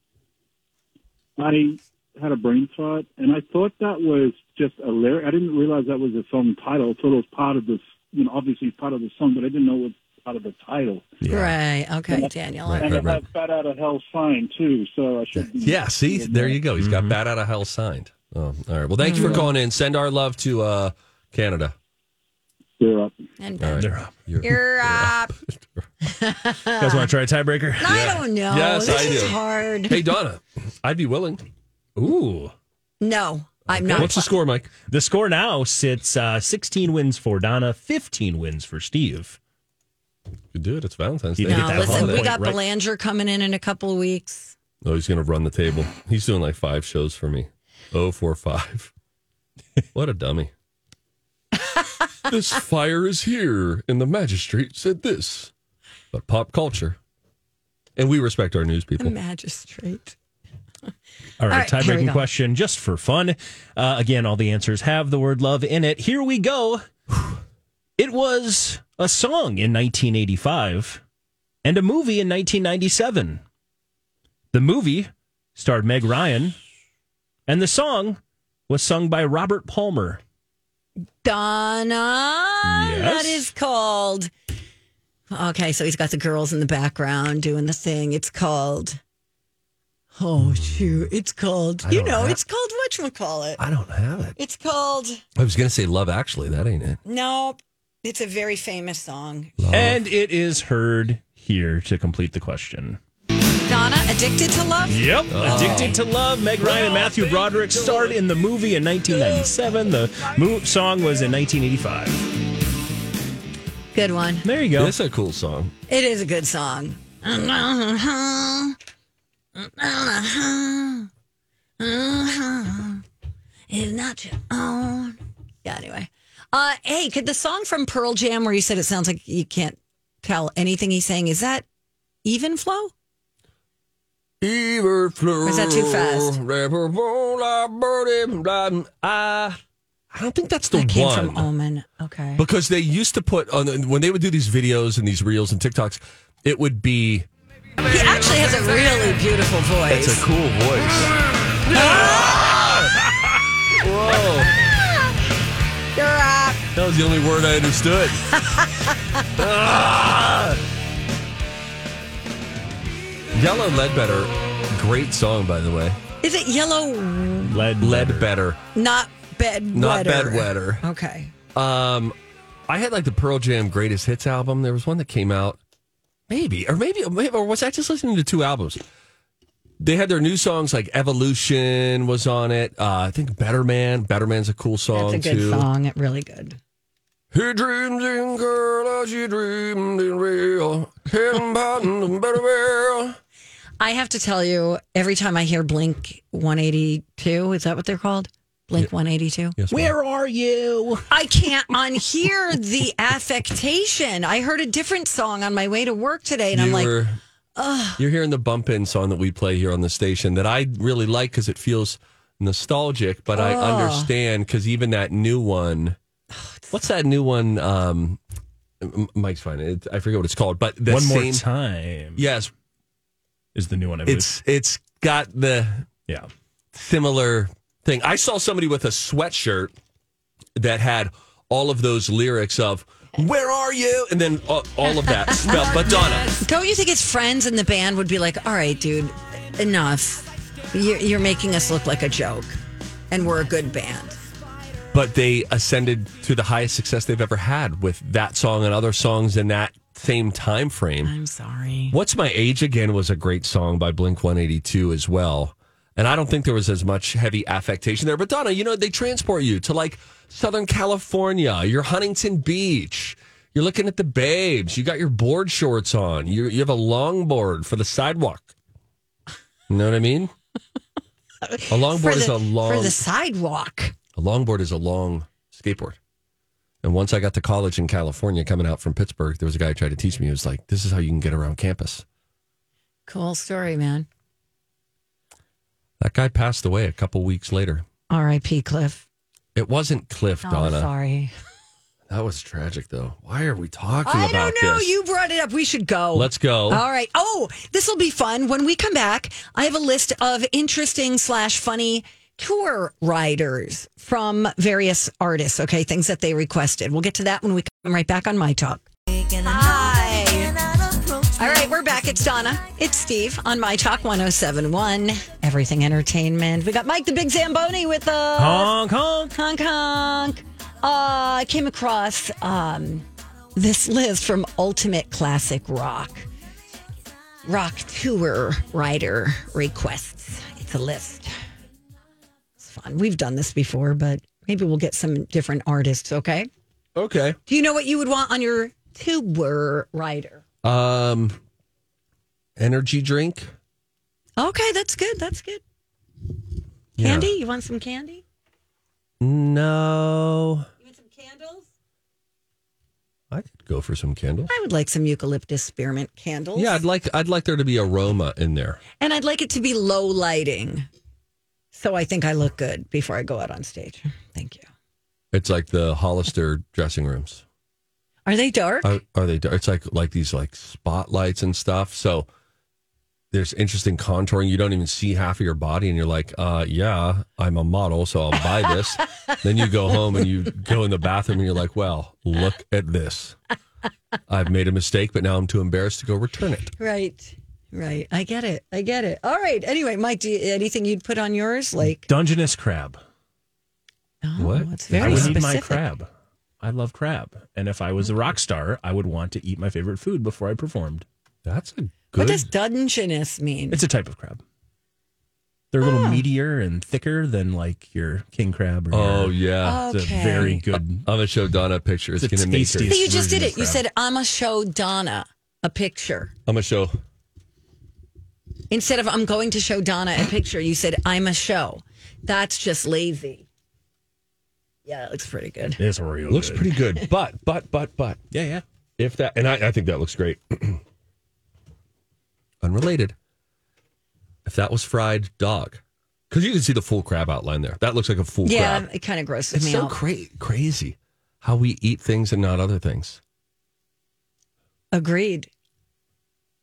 Speaker 13: I had a brain fart, and I thought that was just a lyric. I didn't realize that was the song title. I thought it was part of this, you know, obviously part of the song, but I didn't know it was part of the title.
Speaker 1: Right. Okay, Daniel.
Speaker 6: Right,
Speaker 13: and
Speaker 6: right,
Speaker 13: I
Speaker 6: right.
Speaker 13: have Fat Out of Hell signed, too, so I should be.
Speaker 6: Yeah, see, there you go. He's got
Speaker 5: Mm-hmm.
Speaker 6: Bat Out of Hell signed. Oh, all right. Well, thank you for calling in. Send our love to uh, Canada.
Speaker 13: You're up.
Speaker 1: And
Speaker 6: All right.
Speaker 5: They're up.
Speaker 6: You're-
Speaker 1: You're up.
Speaker 5: You guys want to try a tiebreaker?
Speaker 1: I don't know.
Speaker 6: Yes,
Speaker 1: this
Speaker 6: I
Speaker 1: is
Speaker 6: do.
Speaker 1: hard.
Speaker 6: Hey, Donna, I'd be willing.
Speaker 5: Ooh.
Speaker 1: No, I'm not.
Speaker 6: What's the score, Mike?
Speaker 5: The score now sits uh, 16 wins for Donna, 15 wins for Steve.
Speaker 6: You do it. It's Valentine's
Speaker 5: You
Speaker 6: Day.
Speaker 5: They did get
Speaker 1: no,
Speaker 5: that
Speaker 1: listen,
Speaker 5: holiday,
Speaker 1: we got
Speaker 5: right?
Speaker 1: Belanger coming in in a couple of weeks.
Speaker 6: Oh, he's going to run the table. He's doing like five shows for me. Oh, four, five. What a dummy. <laughs> this fire is here, and the magistrate said this. But pop culture. And we respect our news
Speaker 1: The
Speaker 6: people.
Speaker 1: magistrate.
Speaker 5: All right,
Speaker 1: All right, here we
Speaker 5: tiebreaking
Speaker 1: go.
Speaker 5: question just for fun. Uh, again, all the answers have the word love in it. Here we go. It was a song in 1985 and a movie in 1997. The movie starred Meg Ryan, and the song was sung by Robert Palmer.
Speaker 1: Donna.
Speaker 5: Yes?
Speaker 1: That is called. Okay, so he's got the girls in the background doing the thing. It's called. Oh shoot! It's called.
Speaker 6: I
Speaker 1: You
Speaker 6: don't
Speaker 1: know,
Speaker 6: have-
Speaker 1: it's called what call it?
Speaker 6: I don't have it.
Speaker 1: It's called.
Speaker 6: I was going to say love, actually. That ain't it.
Speaker 1: No, it's a very famous song.
Speaker 6: Love.
Speaker 5: And it is heard here to complete the question.
Speaker 1: Donna, Donna, Addicted to Love?
Speaker 5: Yep.
Speaker 1: Oh.
Speaker 5: Addicted to Love. Meg Ryan and Matthew Broderick starred in the movie in 1997. The mo- song was in 1985.
Speaker 1: Good one.
Speaker 5: There you go.
Speaker 6: This is a cool song.
Speaker 1: It is a good song. If not your own. Yeah, anyway. Uh, hey, could the song from Pearl Jam where you said it sounds like you can't tell anything he's saying, is that even flow?
Speaker 6: Ever flew.
Speaker 1: Or is that too fast?
Speaker 6: I don't think that's the
Speaker 1: that came
Speaker 6: one.
Speaker 1: from Omen. Okay.
Speaker 6: because they used to put on when they would do these videos and these reels and TikToks, it would be
Speaker 1: He actually has a really beautiful voice.
Speaker 6: that's a cool voice. Whoa,
Speaker 1: You're up.
Speaker 6: that was the only word I understood. Ah! Yellow Ledbetter, great song by the way.
Speaker 1: Is it yellow?
Speaker 5: Lead,
Speaker 6: Ledbetter,
Speaker 1: Not bed.
Speaker 6: not
Speaker 1: wetter.
Speaker 6: Bedwetter.
Speaker 1: Okay.
Speaker 6: Um, I had like the Pearl Jam Greatest Hits album. There was one that came out, maybe, or maybe, maybe- or was I just listening to two albums? They had their new songs like Evolution was on it. Uh, I think Better Man. Better Man's a cool song
Speaker 1: That's a good
Speaker 6: too.
Speaker 1: song. It really good.
Speaker 6: He dreams in girl as you dreamed in real. Hidden button and better man.
Speaker 1: I have to tell you, every time I hear Blink 182, is that what they're called? Blink 182?
Speaker 6: Yes, ma'am.
Speaker 5: Where are you?
Speaker 1: I can't unhear the affectation. I heard a different song on my way to work today, and I'm
Speaker 6: You
Speaker 1: like,
Speaker 6: were- you're hearing the bump in song that we play here on the station that I really like because it feels nostalgic, but I understand because even that new one, what's that new one? Um, M- Mike's fine. It, I forget what it's called, but the
Speaker 5: One
Speaker 6: same.
Speaker 5: more time
Speaker 6: Yes,
Speaker 5: is the new one. I believe.
Speaker 6: it's it's got the
Speaker 5: yeah.
Speaker 6: similar thing. I saw somebody with a sweatshirt that had all of those lyrics of "Where are you?" and then all, all
Speaker 1: <laughs>
Speaker 6: of that spelled. But Donna,
Speaker 1: don't you think his friends in the band would be like, all right, dude, enough. You're, you're making us look like a joke, and we're a good band.
Speaker 6: but they ascended to the highest success they've ever had with that song and other songs in that same time frame.
Speaker 1: I'm sorry.
Speaker 6: What's My Age Again was a great song by Blink 182 as well. And I don't think there was as much heavy affectation there. But Donna, you know, they transport you to like Southern California, you're Huntington Beach. You're looking at the babes. You got your board shorts on. You, you have a longboard for the sidewalk. You know what I mean?
Speaker 1: <laughs>
Speaker 6: A
Speaker 1: For
Speaker 6: longboard is
Speaker 1: the,
Speaker 6: a long
Speaker 1: for the sidewalk.
Speaker 6: a longboard is a long skateboard. And once I got to college in California, coming out from Pittsburgh, there was a guy who tried to teach me. He was like, "This is how you can get around campus."
Speaker 1: Cool story, man.
Speaker 6: That guy passed away a couple weeks later.
Speaker 1: R.I.P. Cliff.
Speaker 6: It wasn't Cliff
Speaker 1: Oh,
Speaker 6: Donna.
Speaker 1: sorry.
Speaker 6: That was tragic, though. Why are we talking
Speaker 1: I
Speaker 6: about
Speaker 1: don't know.
Speaker 6: this?
Speaker 1: You brought it up. We should go.
Speaker 6: Let's go.
Speaker 1: All right. Oh, this will be fun. When we come back, I have a list of interesting slash funny tour riders from various artists. Okay, things that they requested. We'll get to that when we come right back on my talk. Hi. All right, we're back. It's Donna. It's Steve on My Talk 1071, Everything Entertainment. We got Mike the Big Zamboni with us.
Speaker 5: Honk honk.
Speaker 1: Honk honk. Uh, I came across um, this list from Ultimate Classic Rock. Rock Tour Rider Requests. It's a list. It's fun. We've done this before, but maybe we'll get some different artists, okay?
Speaker 6: okay.
Speaker 1: Do you know what you would want on your tour rider?
Speaker 6: Um, energy drink.
Speaker 1: Okay, that's good. That's good.
Speaker 6: Yeah.
Speaker 1: Candy? You want some candy?
Speaker 6: No,
Speaker 1: You want some candles?
Speaker 6: I could go for some candles.
Speaker 1: I would like some eucalyptus spearmint candles.
Speaker 6: Yeah, I'd like I'd like there to be aroma in there.
Speaker 1: And I'd like it to be low lighting. So I think I look good before I go out on stage. Thank you.
Speaker 6: It's like the Hollister dressing rooms.
Speaker 1: Are they dark?
Speaker 5: Uh,
Speaker 6: Are, are they? It's like like these like spotlights and stuff. So there's interesting contouring. You don't even see half of your body, and you're like, uh, yeah, I'm a model, so I'll buy
Speaker 1: <laughs>
Speaker 6: this. then you go home and you go in the bathroom, and you're like, well, look at this. I've made a mistake, but now I'm too embarrassed to go return it.
Speaker 1: right. Right. I get it. I get it. All right. Anyway, Mike, do you, anything you'd put on yours? Like,
Speaker 5: Dungeness crab.
Speaker 1: oh,
Speaker 6: What?
Speaker 1: It's
Speaker 5: I
Speaker 1: very
Speaker 5: would
Speaker 1: specific.
Speaker 5: eat my crab. I love crab, and if I was a rock star, I would want to eat my favorite food before I performed.
Speaker 6: That's a
Speaker 1: What
Speaker 5: Good.
Speaker 1: does Dungeness mean?
Speaker 5: It's a type of crab. They're a little
Speaker 6: Ah.
Speaker 5: meatier and thicker than like your king crab. Or
Speaker 6: Oh
Speaker 5: your-
Speaker 6: yeah,
Speaker 1: It's a Okay.
Speaker 5: very good.
Speaker 6: I'm gonna show Donna a picture. It's,
Speaker 5: It's the
Speaker 6: gonna make her.
Speaker 5: tastiest
Speaker 1: you just did it. You said, I'm going to show Donna a picture.
Speaker 6: I'm gonna show.
Speaker 1: Instead of, I'm going to show Donna a picture, you said, I'm a show. That's just lazy. Yeah, it looks pretty good.
Speaker 5: It's real.
Speaker 6: Looks pretty <laughs> good, but but but but
Speaker 5: Yeah, yeah.
Speaker 6: if that and I, I think that looks great. <clears throat> Unrelated. If that was fried dog, because you can see the full crab outline there. That looks like a full
Speaker 1: yeah,
Speaker 6: crab.
Speaker 1: it kind of grosses
Speaker 6: It's
Speaker 1: me
Speaker 6: so
Speaker 1: out.
Speaker 6: cra- crazy how we eat things and not other things.
Speaker 1: Agreed.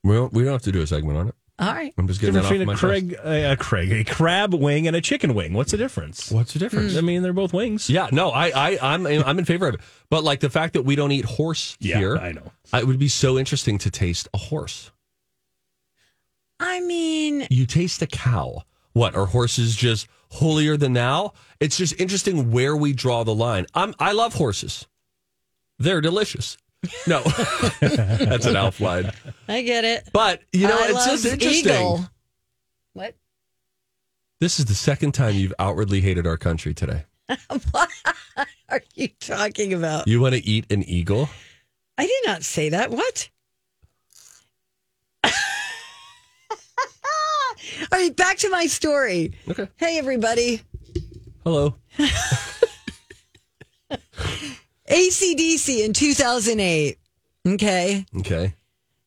Speaker 6: We don't, we don't have to do a segment on it.
Speaker 1: All right.
Speaker 6: I'm just getting
Speaker 5: Difference
Speaker 6: that off
Speaker 5: between
Speaker 6: my
Speaker 5: a
Speaker 6: chest.
Speaker 5: Craig, a, a Craig, a crab wing and a chicken wing. What's the difference?
Speaker 6: What's the difference?
Speaker 5: I mean, they're both wings.
Speaker 6: Yeah, no, I, I, I'm, I'm in favor of it. But like the fact that we don't eat horse
Speaker 5: Yeah,
Speaker 6: here,
Speaker 5: I know.
Speaker 6: It would be so interesting to taste a horse.
Speaker 1: I mean,
Speaker 6: You taste the cow. What are horses just holier than thou? It's just interesting where we draw the line. I'm, I love horses. They're delicious. No, <laughs> that's an Alf line.
Speaker 1: I get it.
Speaker 6: But you know,
Speaker 1: I
Speaker 6: it's
Speaker 1: love
Speaker 6: just interesting.
Speaker 1: Eagle. What?
Speaker 6: This is the second time you've outwardly hated our country today.
Speaker 1: what are you talking about?
Speaker 6: You want to eat an eagle?
Speaker 1: I did not say that. What? <laughs> All right, back to my story.
Speaker 6: Okay.
Speaker 1: Hey, everybody.
Speaker 6: Hello.
Speaker 1: ACDC in 2008. Okay.
Speaker 6: Okay.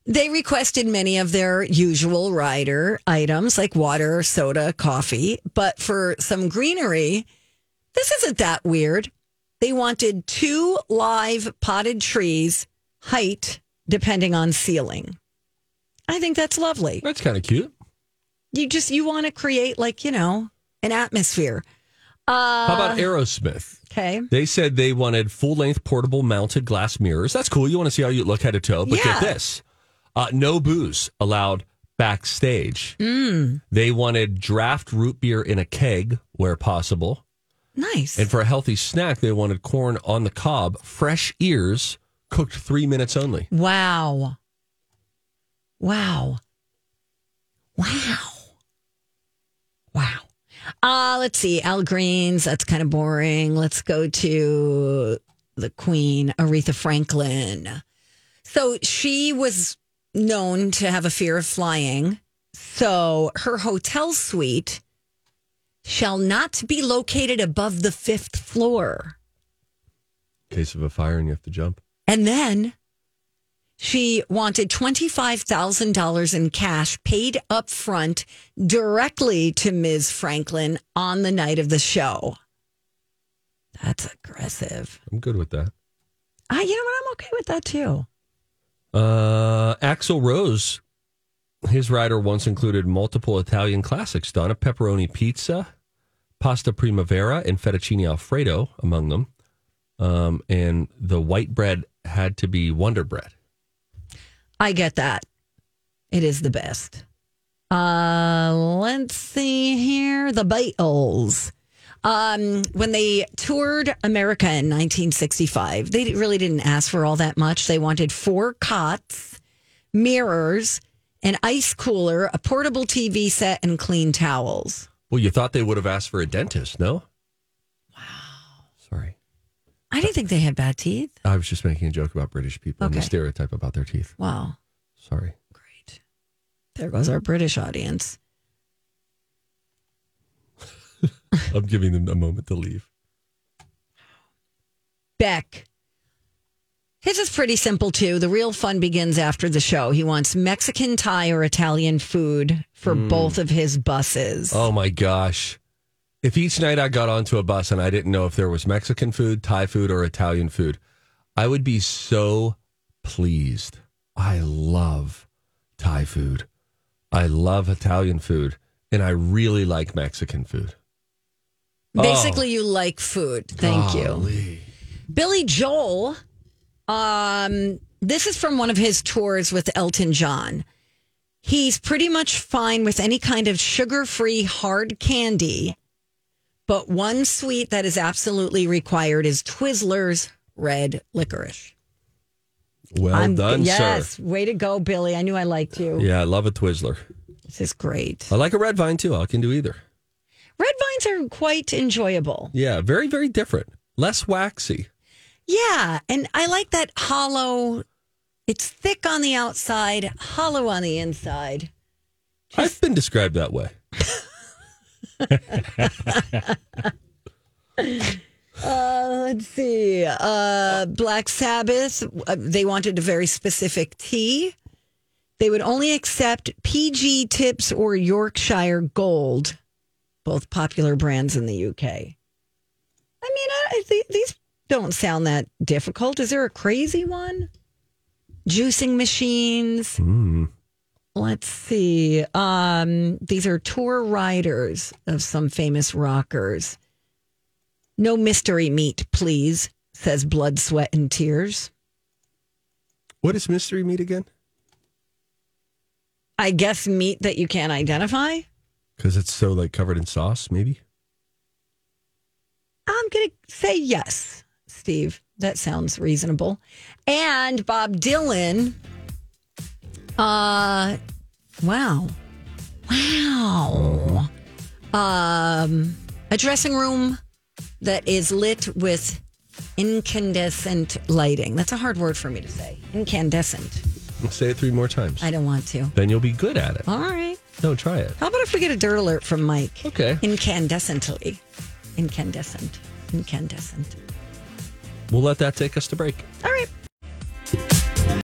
Speaker 1: They requested many of their usual rider items like water, soda, coffee, but for some greenery, this isn't that weird. They wanted two live potted trees, height depending on ceiling. I think that's lovely.
Speaker 6: That's kind of cute.
Speaker 1: You just you want to create like, you know, an atmosphere.
Speaker 6: How about
Speaker 1: Uh,
Speaker 6: Aerosmith?
Speaker 1: Okay.
Speaker 6: They said they wanted full length portable mounted glass mirrors. That's cool. You want to see how you look head to toe. But
Speaker 1: Yeah.
Speaker 6: get this uh, no booze allowed backstage. They wanted draft root beer in a keg where possible.
Speaker 1: Nice.
Speaker 6: And for a healthy snack, they wanted corn on the cob, fresh ears, cooked three minutes only.
Speaker 1: Wow. Wow. Wow. Wow. Uh, let's see. Al Green's, that's kind of boring. Let's go to the Queen, Aretha Franklin. So she was known to have a fear of flying. So her hotel suite shall not be located above the fifth floor.
Speaker 6: case of a fire and you have to jump.
Speaker 1: And then she wanted $25,000 in cash paid up front directly to Ms. Franklin on the night of the show. That's aggressive.
Speaker 6: I'm good with that.
Speaker 1: I, you know what? I'm okay with that too.
Speaker 6: Uh, Axel Rose, his rider once included multiple Italian classics: Donna pepperoni pizza, pasta primavera, and fettuccine alfredo among them. Um, and the white bread had to be Wonder Bread.
Speaker 1: I get that. It is the best. Uh, let's see here. The Beatles. Um, when they toured America in 1965, they really didn't ask for all that much. They wanted four cots, mirrors, an ice cooler, a portable TV set, and clean towels.
Speaker 6: Well, you thought they would have asked for a dentist, no? Wow. Sorry,
Speaker 1: I didn't think they had bad teeth.
Speaker 6: I was just making a joke about British people and the
Speaker 1: Okay.
Speaker 6: stereotype about their teeth.
Speaker 1: Wow.
Speaker 6: Sorry.
Speaker 1: Great. There goes our British audience.
Speaker 6: I'm giving them a moment to leave.
Speaker 1: Beck. His is pretty simple too. The real fun begins after the show. He wants Mexican, Thai, or Italian food for both of his buses.
Speaker 6: Oh my gosh. If each night I got onto a bus and I didn't know if there was Mexican food, Thai food, or Italian food, I would be so pleased. I love Thai food. I love Italian food. And I really like Mexican food.
Speaker 1: Basically, you like food. Thank you. Billy Joel. Um, this is from one of his tours with Elton John. He's pretty much fine with any kind of sugar free hard candy, but one sweet that is absolutely required is Twizzlers red licorice.
Speaker 6: Well done,
Speaker 1: yes,
Speaker 6: sir.
Speaker 1: way to go, Billy. I knew I liked you.
Speaker 6: Yeah, I love a Twizzler.
Speaker 1: This is great.
Speaker 6: I like a red vine too. I can do either.
Speaker 1: Red vines are quite enjoyable.
Speaker 6: Yeah, very, very different. Less waxy.
Speaker 1: Yeah, and I like that hollow. It's thick on the outside, hollow on the inside.
Speaker 6: I've been described that way.
Speaker 1: Uh, let's see. Uh, Black Sabbath, uh, they wanted a very specific tea. They would only accept PG tips or Yorkshire gold, both popular brands in the UK. I mean, I, I thi- these don't sound that difficult. Is there a crazy one? Juicing machines. Let's see. Um, these are tour riders of some famous rockers. No mystery meat, please, says Blood, Sweat, and Tears.
Speaker 6: What is mystery meat again?
Speaker 1: I guess meat that you can't identify.
Speaker 6: Because it's so like covered in sauce, maybe.
Speaker 1: I'm going to say yes, Steve. That sounds reasonable. And Bob Dylan. Uh, wow. Wow. Um, a dressing room that is lit with incandescent lighting. That's a hard word for me to say. Incandescent.
Speaker 6: Say it three more times.
Speaker 1: I don't want to.
Speaker 6: Then you'll be good at it.
Speaker 1: All right.
Speaker 6: No, try it.
Speaker 1: How about if we get a dirt alert from Mike?
Speaker 6: Okay.
Speaker 1: Incandescently. Incandescent. Incandescent.
Speaker 6: We'll let that take us to break.
Speaker 1: All right.